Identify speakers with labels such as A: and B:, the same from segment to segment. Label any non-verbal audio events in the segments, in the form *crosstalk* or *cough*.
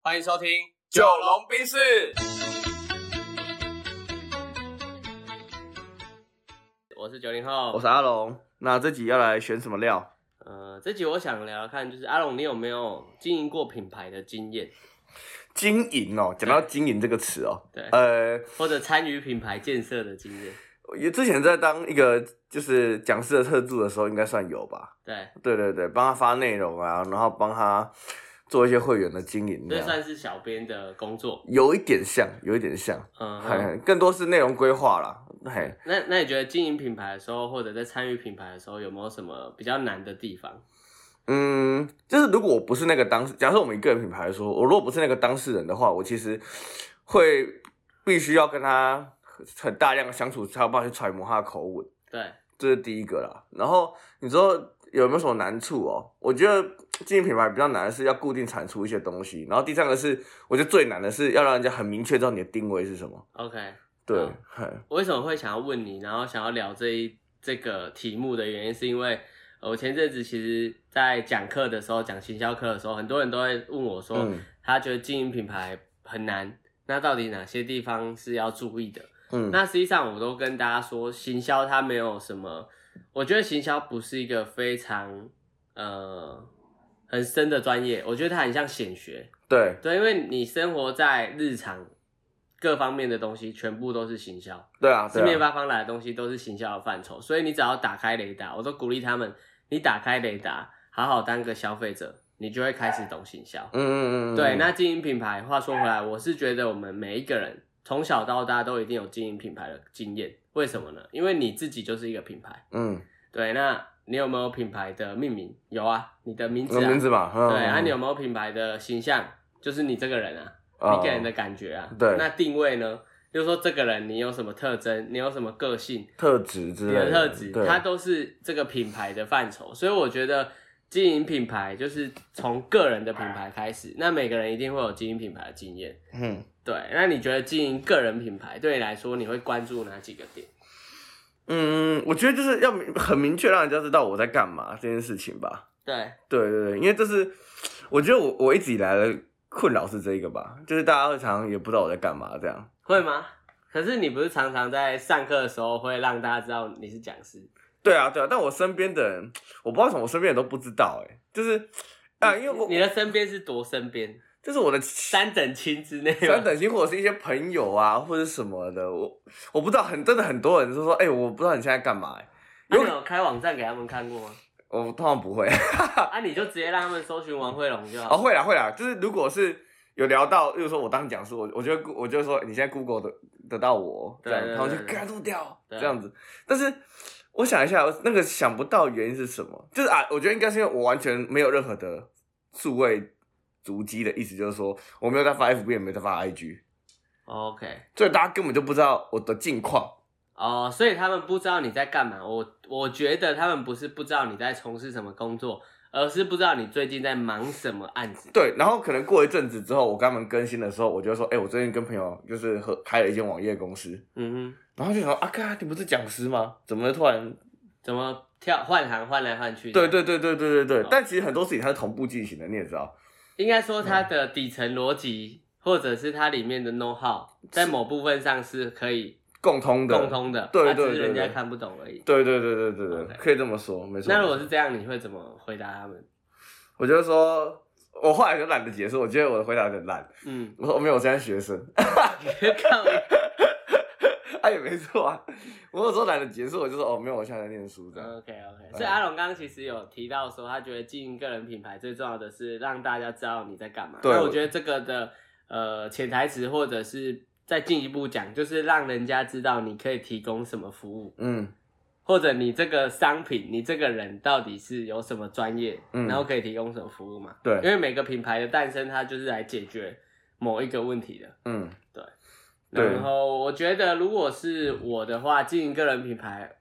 A: 欢迎收听《
B: 九龙冰室。
A: 我是九零后，
B: 我是阿龙。那这集要来选什么料？
A: 呃，这集我想聊聊看，就是阿龙，你有没有经营过品牌的经验？
B: 经营哦，讲
A: 哎
B: 到经营这个词哦，
A: 对，
B: 呃，
A: 或者参与品牌建设的经验？
B: 也之前在当一个就是讲师的特助的时候，应该算有吧？
A: 对，
B: 对对对，帮他发内容啊，然后帮他做一些会员的经营这
A: 这
B: 样，
A: 算是小编的工作。
B: 有一点像，有一点像，
A: 嗯哼，
B: 嘿，更多是内容规划啦，嘿，
A: 那那你觉得经营品牌的时候，或者在参与品牌的时候，有没有什么比较难的地方？
B: 嗯，就是如果我不是那个当事，假设我们以个人品牌来说，我如果不是那个当事人的话，我其实会必须要跟他很大量的相处，才有办法去揣摩他的口吻，
A: 对，
B: 这是第一个啦。然后你说有没有什么难处哦？我觉得经营品牌比较难的是要固定产出一些东西，然后第三个是我觉得最难的是要让人家很明确知道你的定位是什么。
A: OK，
B: 对
A: 嗯，
B: 嘿
A: 我为什么会想要问你，然后想要聊这一这个题目的原因，是因为呃我前阵子其实在讲课的时候，讲行销课的时候，很多人都会问我说，
B: 嗯
A: 他觉得经营品牌很难，那到底哪些地方是要注意的？
B: 嗯，
A: 那实际上我都跟大家说，行销它没有什么，我觉得行销不是一个非常呃很深的专业，我觉得它很像显学，
B: 对
A: 对，因为你生活在日常各方面的东西，全部都是行销，
B: 对啊，
A: 四面
B: 对啊，
A: 八方来的东西都是行销的范畴，所以你只要打开雷达，我都鼓励他们，你打开雷达，好好当个消费者，你就会开始懂行销。
B: 嗯嗯嗯嗯，
A: 对，那经营品牌，话说回来，我是觉得我们每一个人从小到大都一定有经营品牌的经验，为什么呢？因为你自己就是一个品牌。
B: 嗯，
A: 对，那你有没有品牌的命名？有啊，你的名字
B: 那
A: 啊。
B: 名字嘛，嗯
A: 对，啊，
B: 嗯
A: 你有没有品牌的形象？就是你这个人啊。
B: 哦
A: 你给人的感觉啊。
B: 对
A: 那定位呢？就是说这个人你有什么特征，你有什么个性，
B: 特质之
A: 你
B: 类的
A: 的特质，
B: 对嗯
A: 它都是这个品牌的范畴。所以我觉得经营品牌就是从个人的品牌开始。那每个人一定会有经营品牌的经验。
B: 嗯，
A: 对，那你觉得经营个人品牌对你来说，你会关注哪几个点？
B: 嗯，我觉得就是要明很明确让人家知道我在干嘛这件事情吧。
A: 对，
B: 对对对，因为这是我觉得我我一直以来的困扰是这一个吧，就是大家会常常也不知道我在干嘛这样。
A: 会吗？可是你不是常常在上课的时候会让大家知道你是讲师？
B: 对啊对啊，但我身边的人，我不知道为什么，我身边人都不知道哎、就是啊，因为我
A: 你的身边是多身边，
B: 就是我的
A: 三等亲之内吗。
B: 三等星或者是一些朋友啊或者什么的，我我不知道很真的很多人就说，哎、我不知道你现在干嘛、欸，
A: 啊你有开网站给他们看过吗？
B: 我通常不会。
A: 啊，你就直接让他们搜寻王慧龙就好。
B: 哦，会啦会啦，就是如果是有聊到，例如说我当讲师，我我就会 Goo- 我就会说你现在 Google 得得到我，
A: 对
B: 这样
A: 对
B: 他们
A: 对
B: 就
A: 对
B: 干录掉
A: 对
B: 这样子。但是我想一下，那个想不到原因是什么？就是啊，我觉得应该是因为我完全没有任何的数位足迹的意思，就是说我没有在发 FB，也没有在发 IG，
A: OK，
B: 所以大家根本就不知道我的近况。
A: 哦，所以他们不知道你在干嘛。我我觉得他们不是不知道你在从事什么工作，而是不知道你最近在忙什么案子。
B: 对，然后可能过一阵子之后，我跟他们更新的时候，我就会说，哎、我最近跟朋友就是合开了一间网页公司，
A: 嗯哼，
B: 然后就想说，啊，嘎，你不是讲师吗？怎么突然
A: 怎么跳换行换来换去？
B: 对，对对对对对
A: 好
B: 对，但其实很多事情它是同步进行的，你也知道。
A: 应该说它的底层逻辑，或者是它里面的 know how，在某部分上是可以
B: 共通的，
A: 共。通的，
B: 对
A: 啊
B: 对
A: 只是
B: 对
A: 人
B: 对
A: 家看不懂而已。
B: 对对对对对对
A: OK
B: 可以这么说，没错。
A: 那如果是这样，你会怎么回答他们？
B: 我就说，我后来就懒得解释，我觉得我的回答有点烂。
A: 嗯， *laughs*
B: 我说没有，我现在学生， *laughs*
A: 看我
B: 哎也没错啊。我有时候懒得解释，我就说哦没有，我现在在念书这样。哎
A: OK OK，所以阿龙刚刚其实有提到说，他觉得经营个人品牌最重要的是让大家知道你在干嘛。
B: 对
A: 那我
B: 我
A: 觉得这个的呃潜台词，或者是再进一步讲，就是让人家知道你可以提供什么服务，
B: 嗯
A: 或者你这个商品、你这个人到底是有什么专业，
B: 嗯
A: 然后可以提供什么服务嘛？
B: 对
A: 因为每个品牌的诞生，它就是来解决某一个问题的。
B: 嗯对
A: 然后我觉得，如果是我的话，经营个人品牌，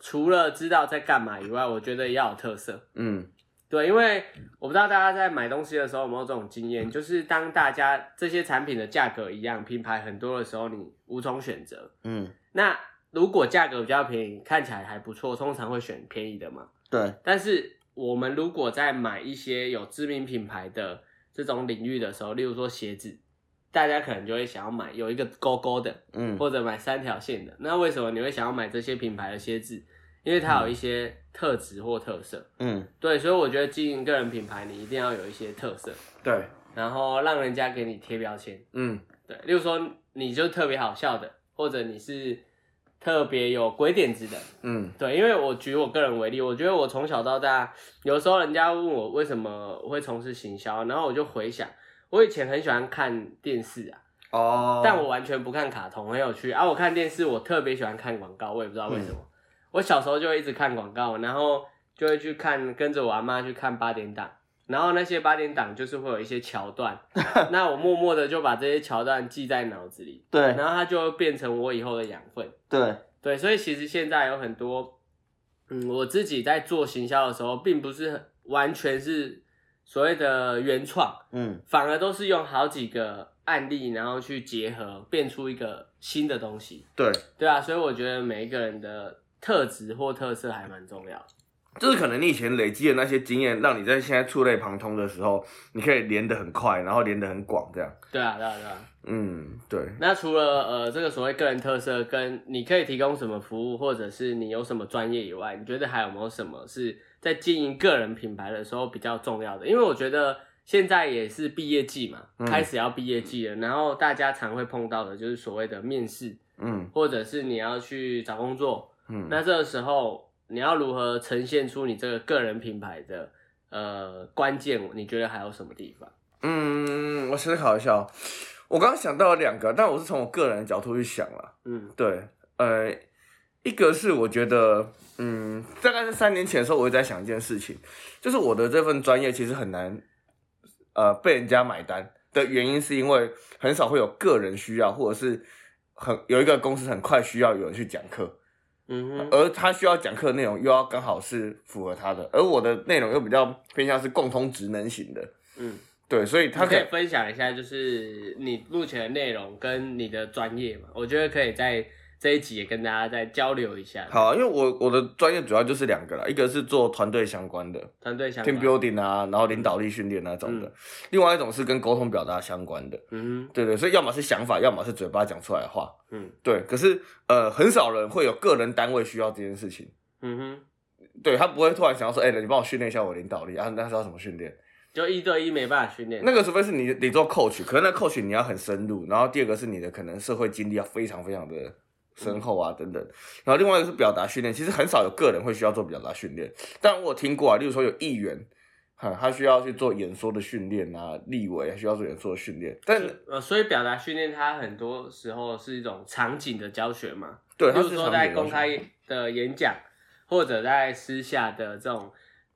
A: 除了知道在干嘛以外，我觉得也要有特色。
B: 嗯
A: 对，因为我不知道大家在买东西的时候有没有这种经验，就是当大家这些产品的价格一样，品牌很多的时候，你无从选择。
B: 嗯，
A: 那如果价格比较便宜，看起来还不错，通常会选便宜的嘛。
B: 对，
A: 但是我们如果在买一些有知名品牌的这种领域的时候，例如说鞋子，大家可能就会想要买有一个勾勾的，
B: 嗯，
A: 或者买三条线的。那为什么你会想要买这些品牌的鞋子？因为它有一些特质或特色。
B: 嗯，
A: 对，所以我觉得经营个人品牌，你一定要有一些特色，
B: 对，
A: 然后让人家给你贴标签。
B: 嗯
A: 对，例如说你就特别好笑的，或者你是特别有鬼点子的。
B: 嗯
A: 对，因为我举我个人为例，我觉得我从小到大，有时候人家问我为什么会从事行销，然后我就回想，我以前很喜欢看电视啊，
B: 哦，
A: 但我完全不看卡通，很有趣啊。我看电视，我特别喜欢看广告，我也不知道为什么。我小时候就会一直看广告，然后就会去看，跟着我阿妈去看八点档。然后那些八点档就是会有一些桥段，那我默默的就把这些桥段记在脑子里，
B: 对
A: 然后它就会变成我以后的养分。
B: 对，
A: 对，所以其实现在有很多，嗯，我自己在做行销的时候，并不是很完全是所谓的原创，
B: 嗯
A: 反而都是用好几个案例，然后去结合，变出一个新的东西，
B: 对，
A: 对啊，所以我觉得每一个人的特质或特色还蛮重要的。
B: 就是可能你以前累积的那些经验，让你在现在触类旁通的时候，你可以连得很快，然后连得很广，这样。
A: 对啊，对啊，对啊。
B: 嗯，对，
A: 那除了呃这个所谓个人特色跟你可以提供什么服务，或者是你有什么专业以外，你觉得还有没有什么是在经营个人品牌的时候比较重要的？因为我觉得现在也是毕业季嘛，
B: 嗯
A: 开始要毕业季了，然后大家常会碰到的就是所谓的面试，
B: 嗯
A: 或者是你要去找工作，
B: 嗯，
A: 那这个时候你要如何呈现出你这个个人品牌的呃关键？你觉得还有什么地方？
B: 嗯，我思考一下哦。我刚刚想到了两个，但我是从我个人的角度去想了。
A: 嗯
B: 对，呃，一个是我觉得，嗯，大概是三年前的时候，我一直在想一件事情，就是我的这份专业其实很难，呃，被人家买单的原因是因为很少会有个人需要，或者是很有一个公司很快需要有人去讲课，
A: 嗯哼
B: 而他需要讲课的内容又要刚好是符合他的，而我的内容又比较偏向是共通职能型的，
A: 嗯。
B: 对，所以他
A: 他
B: 可
A: 可以分享一下，就是你目前的内容跟你的专业嘛，我觉得可以在这一集也跟大家再交流一下，
B: 好啊，因为我我的专业主要就是两个啦，一个是做团队相关的，
A: 团队相
B: team
A: 关，
B: building 啊，然后领导力训练那种的。另外一种是跟沟通表达相关的，
A: 嗯
B: 对对，所以要么是想法，要么是嘴巴讲出来的话，
A: 哼，嗯
B: 对。可是呃，很少人会有个人单位需要这件事情，
A: 嗯哼，
B: 对他不会突然想要说，哎、你帮我训练一下我领导力啊，那是要怎么训练？
A: 就一对一没办法训练，
B: 那个除非是你你做 coach，可是那 coach 你要很深入，然后第二个是你的可能社会经历要非常非常的深厚啊等等，然后另外一个是表达训练，其实很少有个人会需要做表达训练，但我有听过啊，例如说有议员，哈、他需要去做演说的训练啊，立委需要做演说的训练，但
A: 呃，所以表达训练它很多时候是一种场景的教学嘛，
B: 对，
A: 比
B: 他
A: 如
B: 是
A: 说
B: 常
A: 在
B: 见的
A: 公
B: 东西
A: 开的演讲，或者在私下的这种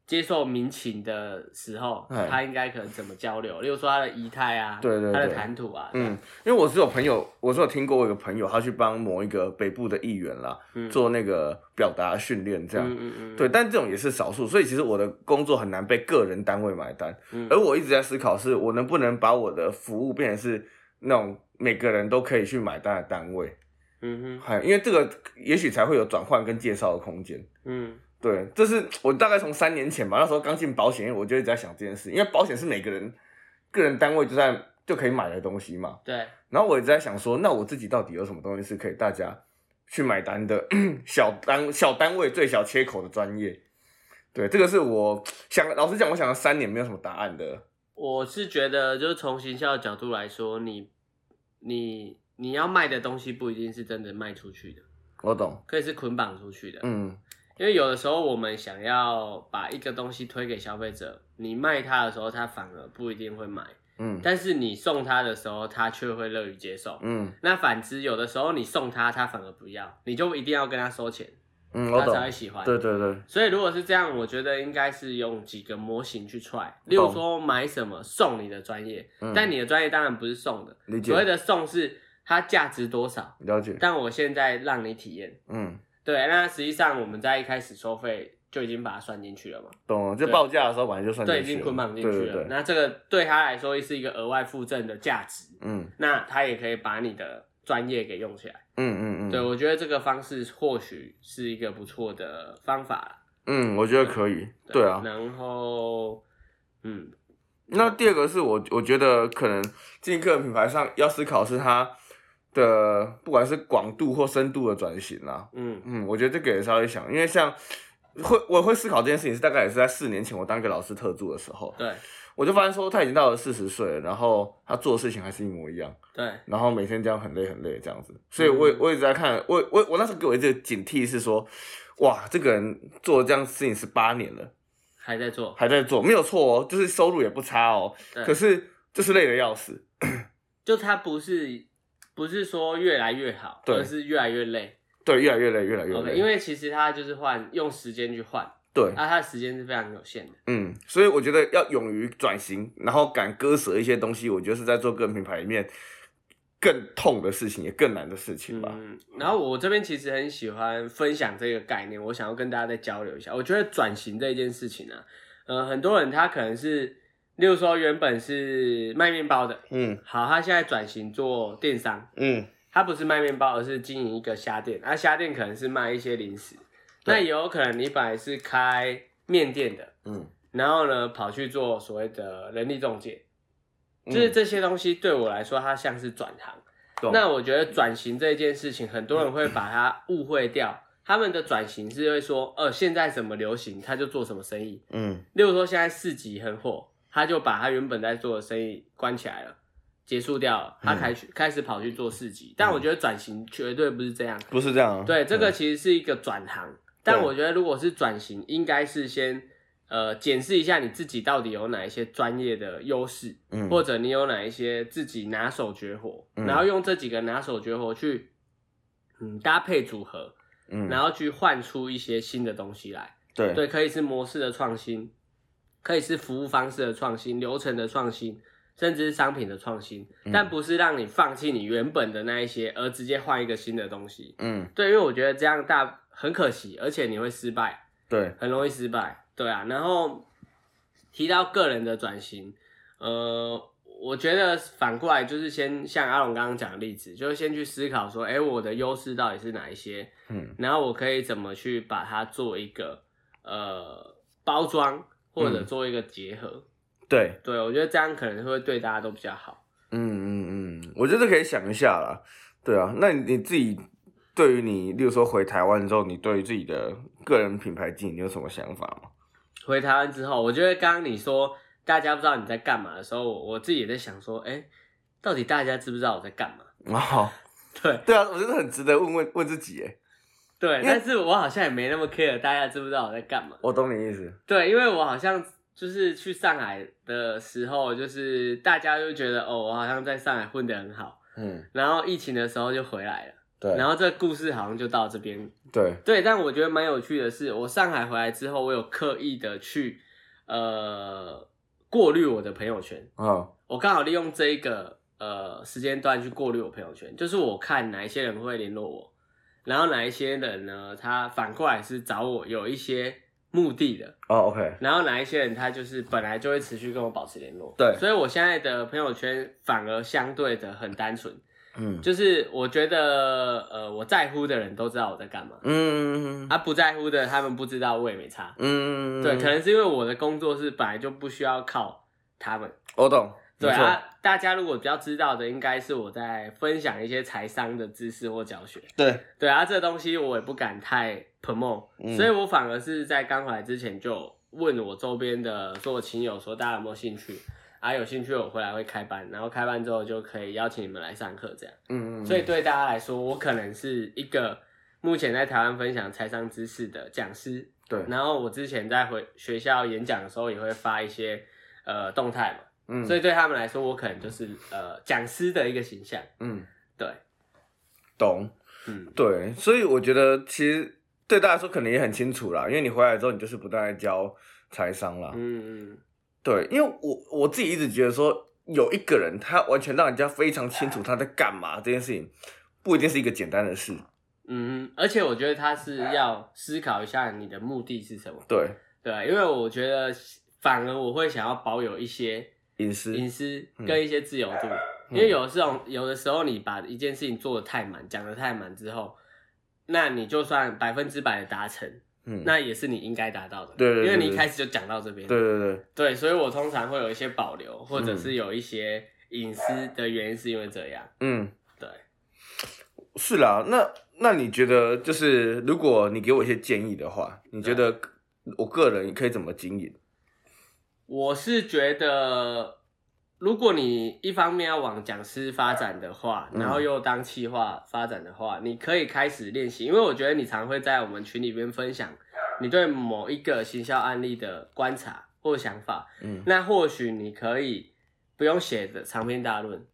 A: 接受民情的时候，
B: 哎
A: 他应该可能怎么交流，例如说他的仪态啊，
B: 对对
A: 他的
B: 对
A: 谈吐啊，
B: 嗯，因为我是有朋友，我是有听过我有个朋友，他去帮某一个北部的议员啦，
A: 嗯
B: 做那个表达训练这样，
A: 嗯嗯嗯，
B: 对，但这种也是少数，所以其实我的工作很难被个人单位买单。
A: 嗯
B: 而我一直在思考，是我能不能把我的服务变成是那种每个人都可以去买单的单位，
A: 嗯哼，
B: 嗨，因为这个也许才会有转换跟介绍的空间。
A: 嗯
B: 对，这是我大概从三年前吧，那时候刚进保险业，我就一直在想这件事，因为保险是每个人个人单位就在就可以买的东西嘛。
A: 对，
B: 然后我一直在想说，那我自己到底有什么东西是可以大家去买单的 *clears throat* 小单小单位最小切口的专业？对，这个是我想，老实讲，我想了三年没有什么答案的。
A: 我是觉得，就是从行销的角度来说，你你你要卖的东西不一定是真的卖出去的，
B: 我懂，
A: 可以是捆绑出去的。
B: 嗯
A: 因为有的时候我们想要把一个东西推给消费者，你卖他的时候，他反而不一定会买，
B: 嗯
A: 但是你送他的时候，他却会乐于接受。
B: 嗯
A: 那反之，有的时候你送他，他反而不要，你就一定要跟他收钱，
B: 嗯，我
A: 他才会
B: 懂，
A: 喜欢。
B: 对对对，
A: 所以如果是这样，我觉得应该是用几个模型去 try，例如说买什么送你的专业，
B: 嗯
A: 但你的专业当然不是送的，
B: 理解
A: 所谓的送是它价值多少，
B: 了解，
A: 但我现在让你体验。
B: 嗯，
A: 对，那实际上我们在一开始收费就已经把它算进去了嘛，
B: 懂了。就
A: 对
B: 报价的时候本来就算
A: 对，已
B: 进去
A: 经捆绑进去
B: 了，
A: 了。
B: 对对对，
A: 那这个对他来说是一个额外附赠的价值，
B: 嗯
A: 那他也可以把你的专业给用起来。
B: 嗯嗯嗯，
A: 对，我觉得这个方式或许是一个不错的方法啦。
B: 嗯，我觉得可以，对啊，
A: 然后，嗯，
B: 啊那第二个是我我觉得可能进个人品牌上要思考是它的不管是广度或深度的转型啊。
A: 嗯
B: 嗯，我觉得这个也稍微想，因为像会我会思考这件事情是大概也是在四年前我当一个老师特助的时候，
A: 对
B: 我就发现说他已经到了四十岁了，然后他做的事情还是一模一样。
A: 对，
B: 然后每天这样很累很累这样子，所以我也
A: 嗯
B: 我一直在看，我我我那时候给我一个警惕是说，哇，这个人做这样事情十八年了，
A: 还在做，
B: 还在做，没有错哦，就是收入也不差哦，
A: 对
B: 可是就是累得要死，
A: 就他不是不是说越来越好，
B: 对
A: 而是越来越累。
B: 对，越来越累，越来越
A: OK，
B: 累，
A: 因为其实他就是换用时间去换，
B: 对，
A: 那他的时间是非常有限的。
B: 嗯，所以我觉得要勇于转型，然后敢割舍一些东西，我觉得是在做个人品牌里面更痛的事情，也更难的事情吧，
A: 嗯，然后我这边其实很喜欢分享这个概念，我想要跟大家再交流一下。我觉得转型这一件事情啊，呃，很多人他可能是，例如说原本是卖面包的，
B: 嗯
A: 好，他现在转型做电商，
B: 嗯
A: 他不是卖面包，而是经营一个虾店，那、啊虾店可能是卖一些零食，
B: 对
A: 那也有可能你本来是开面店的，
B: 嗯，
A: 然后呢跑去做所谓的人力中介，
B: 嗯
A: 就是这些东西对我来说，它像是转行。
B: 懂
A: 那我觉得转型这件事情，很多人会把它误会掉。他们的转型是会说，呃，现在什么流行，他就做什么生意。
B: 嗯
A: 例如说，现在市集很火，他就把他原本在做的生意关起来了，结束掉了，
B: 嗯
A: 他开始、开始跑去做市集。但我觉得转型绝对不是这样，
B: 不是这样、啊，
A: 对，这
B: 嗯
A: 个其实是一个转行。但
B: 对
A: 我觉得，如果是转型，应该是先呃检视一下你自己到底有哪一些专业的优势。
B: 嗯
A: 或者你有哪一些自己拿手绝活，
B: 嗯
A: 然后用这几个拿手绝活去，嗯，搭配组合，
B: 嗯，
A: 然后去换出一些新的东西来。
B: 对
A: 对，可以是模式的创新，可以是服务方式的创新、流程的创新，甚至是商品的创新，
B: 嗯
A: 但不是让你放弃你原本的那一些，而直接换一个新的东西。
B: 嗯
A: 对，因为我觉得这样大很可惜，而且你会失败。
B: 对
A: 很容易失败。对啊，然后提到个人的转型，呃，我觉得反过来就是先像阿龙刚刚讲的例子，就是先去思考说，哎，我的优势到底是哪一些，
B: 嗯
A: 然后我可以怎么去把它做一个呃包装，或者
B: 嗯
A: 做一个结合。
B: 对。
A: 对，我觉得这样可能会对大家都比较好。
B: 嗯嗯嗯，我觉得可以想一下啦。对啊，那你你自己对于你，例如说回台湾之后，你对于自己的个人品牌经营你有什么想法吗？
A: 回台湾之后，我觉得刚刚你说大家不知道你在干嘛的时候，我我自己也在想说，哎，到底大家知不知道我在干嘛？ *laughs*
B: 然后，
A: 对，
B: *laughs* 对啊，我觉得很值得问问问自己耶。
A: 对，
B: 因为
A: 但是我好像也没那么 care 大家知不知道我在干嘛。
B: 我懂你意思。
A: 对，因为我好像就是去上海的时候，就是大家就觉得哦，我好像在上海混得很好，
B: 嗯，
A: 然后疫情的时候就回来了，
B: 对
A: 然后这故事好像就到这边。
B: 对，
A: 对，但我觉得蛮有趣的是，我上海回来之后，我有刻意的去呃过滤我的朋友圈，
B: 嗯
A: 我刚好利用这一个呃时间段去过滤我朋友圈，就是我看哪一些人会联络我，然后哪一些人呢，他反过来是找我有一些目的的，
B: 哦，OK，
A: 然后哪一些人他就是本来就会持续跟我保持联络，
B: 对
A: 所以我现在的朋友圈反而相对的很单纯，
B: 嗯
A: 就是我觉得呃我在乎的人都知道我在干嘛，
B: 嗯
A: 啊不在乎的他们不知道我也没差，
B: 嗯，
A: 对，可能是因为我的工作是本来就不需要靠他们。
B: 我懂。
A: 对
B: 没错，
A: 啊，大家如果比较知道的，应该是我在分享一些财商的知识或教学。
B: 对，
A: 对啊，这东西我也不敢太 promote，、
B: 嗯
A: 所以我反而是在刚回来之前就问我周边的所有亲友说，大家有没有兴趣？啊，有兴趣我回来会开班，然后开班之后就可以邀请你们来上课，这样。
B: 嗯嗯，
A: 所以对大家来说，我可能是一个目前在台湾分享财商知识的讲师，
B: 对，
A: 然后我之前在回学校演讲的时候也会发一些呃动态嘛。
B: 嗯，
A: 所
B: 以
A: 以对他们来说，我可能就是呃讲师的一个形象。
B: 嗯，
A: 对，
B: 懂。
A: 嗯，
B: 对，所以我觉得其实对大家说可能也很清楚啦，因为你回来之后，你就是不断在教财商啦。
A: 嗯嗯，
B: 对，因为我我自己一直觉得说，有一个人他完全让人家非常清楚他在干嘛这件事情，不一定是一个简单的事。
A: 嗯，而且我觉得他是要思考一下你的目的是什么。
B: 对，
A: 对，因为我觉得反而我会想要保有一些
B: 隐私，
A: 隐私
B: 嗯
A: 跟一些自由度，因为有这种有的时候你把一件事情做的太满，讲的太满之后，那你就算百分之百的达成，
B: 嗯，
A: 那也是你应该达到的。
B: 对对对
A: 因为你一开始就讲到这边。
B: 对对对，
A: 对所以我通常会有一些保留，或者是有一些隐私的原因，是因为这样。
B: 嗯，
A: 对，
B: 是啦。那那你觉得，就是如果你给我一些建议的话，你觉得我个人可以怎么经营？
A: 我是觉得，如果你一方面要往讲师发展的话，
B: 嗯
A: 然后又当企划发展的话，你可以开始练习，因为我觉得你常会在我们群里边分享你对某一个行销案例的观察或想法，
B: 嗯
A: 那或许你可以不用写的长篇大论，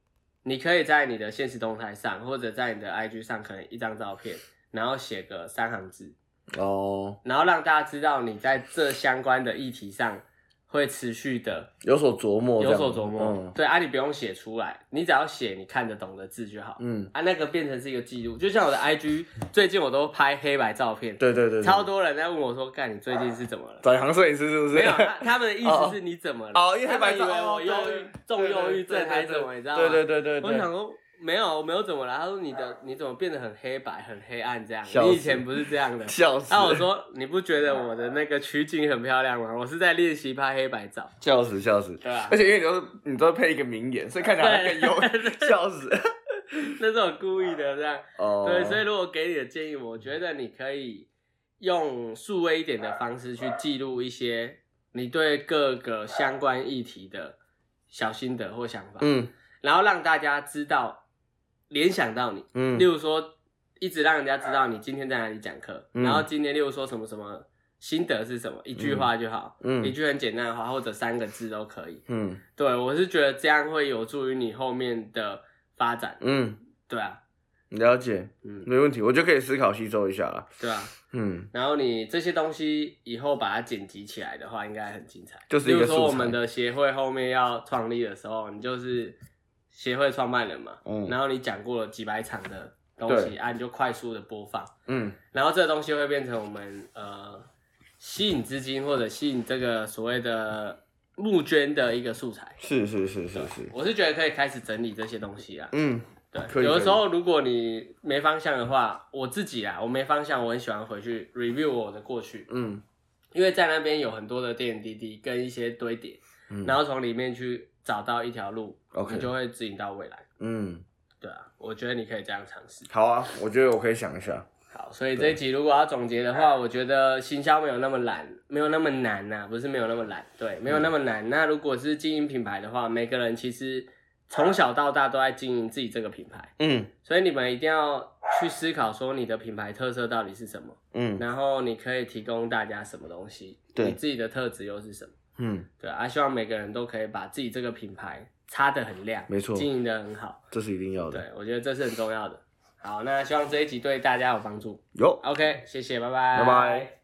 A: 你可以在你的现实动态上，或者在你的 IG 上，可能一张照片，然后写个三行字，
B: 哦，
A: 然后让大家知道你在这相关的议题上会持续的
B: 有所琢磨这
A: 有
B: 样，嗯
A: 所琢磨。对啊，你不用写出来，你只要写你看得懂的字就好。
B: 嗯。嗯，
A: 啊，那个变成是一个记录，就像我的 IG，最近我都拍黑白照片，
B: 对对对对，
A: 超多人在问我说：“干，你最近是怎么了？”
B: 找行摄影师是不是？
A: 没有，他他们的意
B: 哦
A: 思是你怎么了？
B: *laughs* 哦，因为黑
A: 他
B: 白
A: 们以
B: 照
A: 为我
B: 哦
A: 忧
B: 对
A: 郁重忧郁症还是怎么，你知道吗？
B: 对对对对对对对
A: 我
B: 对
A: 想说没有，我没有怎么了。他说你的你怎么变得很黑白、很黑暗这样？
B: 笑死
A: 你以前不是这样的
B: 对，。 *laughs* 笑死！
A: 那、我说你不觉得我的那个取景很漂亮吗？我是在练习拍黑白照，
B: 笑死笑死，
A: 对
B: *laughs*
A: 吧
B: 而？且因为你都是你都是配一个名言，所以看起来好像更
A: *laughs*
B: 忧， *laughs* 笑死。
A: 那是我故意的这样。
B: 哦，
A: 对，所以如果给你的建议，我觉得你可以用数位一点的方式去记录一些你对各个相关议题的小心得或想法，
B: 嗯
A: 然后让大家知道联想到你。
B: 嗯
A: 例如说，一直让人家知道你今天在哪里讲课，
B: 嗯
A: 然后今天例如说什么什么心得是什么，一句话就好，一
B: 嗯
A: 句很简单的话或者三个字都可以。
B: 嗯
A: 对我是觉得这样会有助于你后面的发展。
B: 嗯，
A: 对啊，
B: 了解，
A: 嗯，
B: 没问题，我就可以思考吸收一下了。
A: 对啊。
B: 嗯
A: 然后你这些东西以后把它剪辑起来的话，应该很精彩。
B: 就是一
A: 例如
B: 个素
A: 说
B: 材
A: 我们的协会后面要创立的时候，你就是协会创办人嘛，
B: 嗯
A: 然后你讲过了几百场的东西啊，你就快速的播放，
B: 嗯
A: 然后这个东西会变成我们呃吸引资金或者吸引这个所谓的募捐的一个素材。
B: 是是是是
A: 对
B: 是，
A: 我是觉得可以开始整理这些东西啊。
B: 嗯可
A: 对，
B: 以
A: 有
B: 可
A: 的
B: 以
A: 时候如果你没方向的话，我自己啊，我没方向，我很喜欢回去 review 我的过去。
B: 嗯
A: 因为在那边有很多的点点滴滴跟一些堆叠，
B: 嗯
A: 然后从里面去找到一条路
B: OK
A: 你就会指引到未来。
B: 嗯，
A: 对啊，我觉得你可以这样尝试。
B: 好啊，我觉得我可以想一下。
A: 好，所以这一集如果要总结的话，我觉得行销没有那么难，没有那么难呐、不是没有那么难，
B: 嗯
A: 对，没有那么难。那如果是经营品牌的话，每个人其实从小到大都在经营自己这个品牌，
B: 嗯
A: 所以你们一定要去思考说你的品牌特色到底是什么，
B: 嗯
A: 然后你可以提供大家什么东西，
B: 对
A: 你自己的特质又是什么。
B: 嗯，
A: 对啊，希望每个人都可以把自己这个品牌擦得很亮，
B: 没错
A: 经营得很好。
B: 这是一定要的。
A: 对，我觉得这是很重要的。好，那希望这一集对大家有帮助。
B: 有，
A: OK，谢谢，拜拜，
B: 拜拜。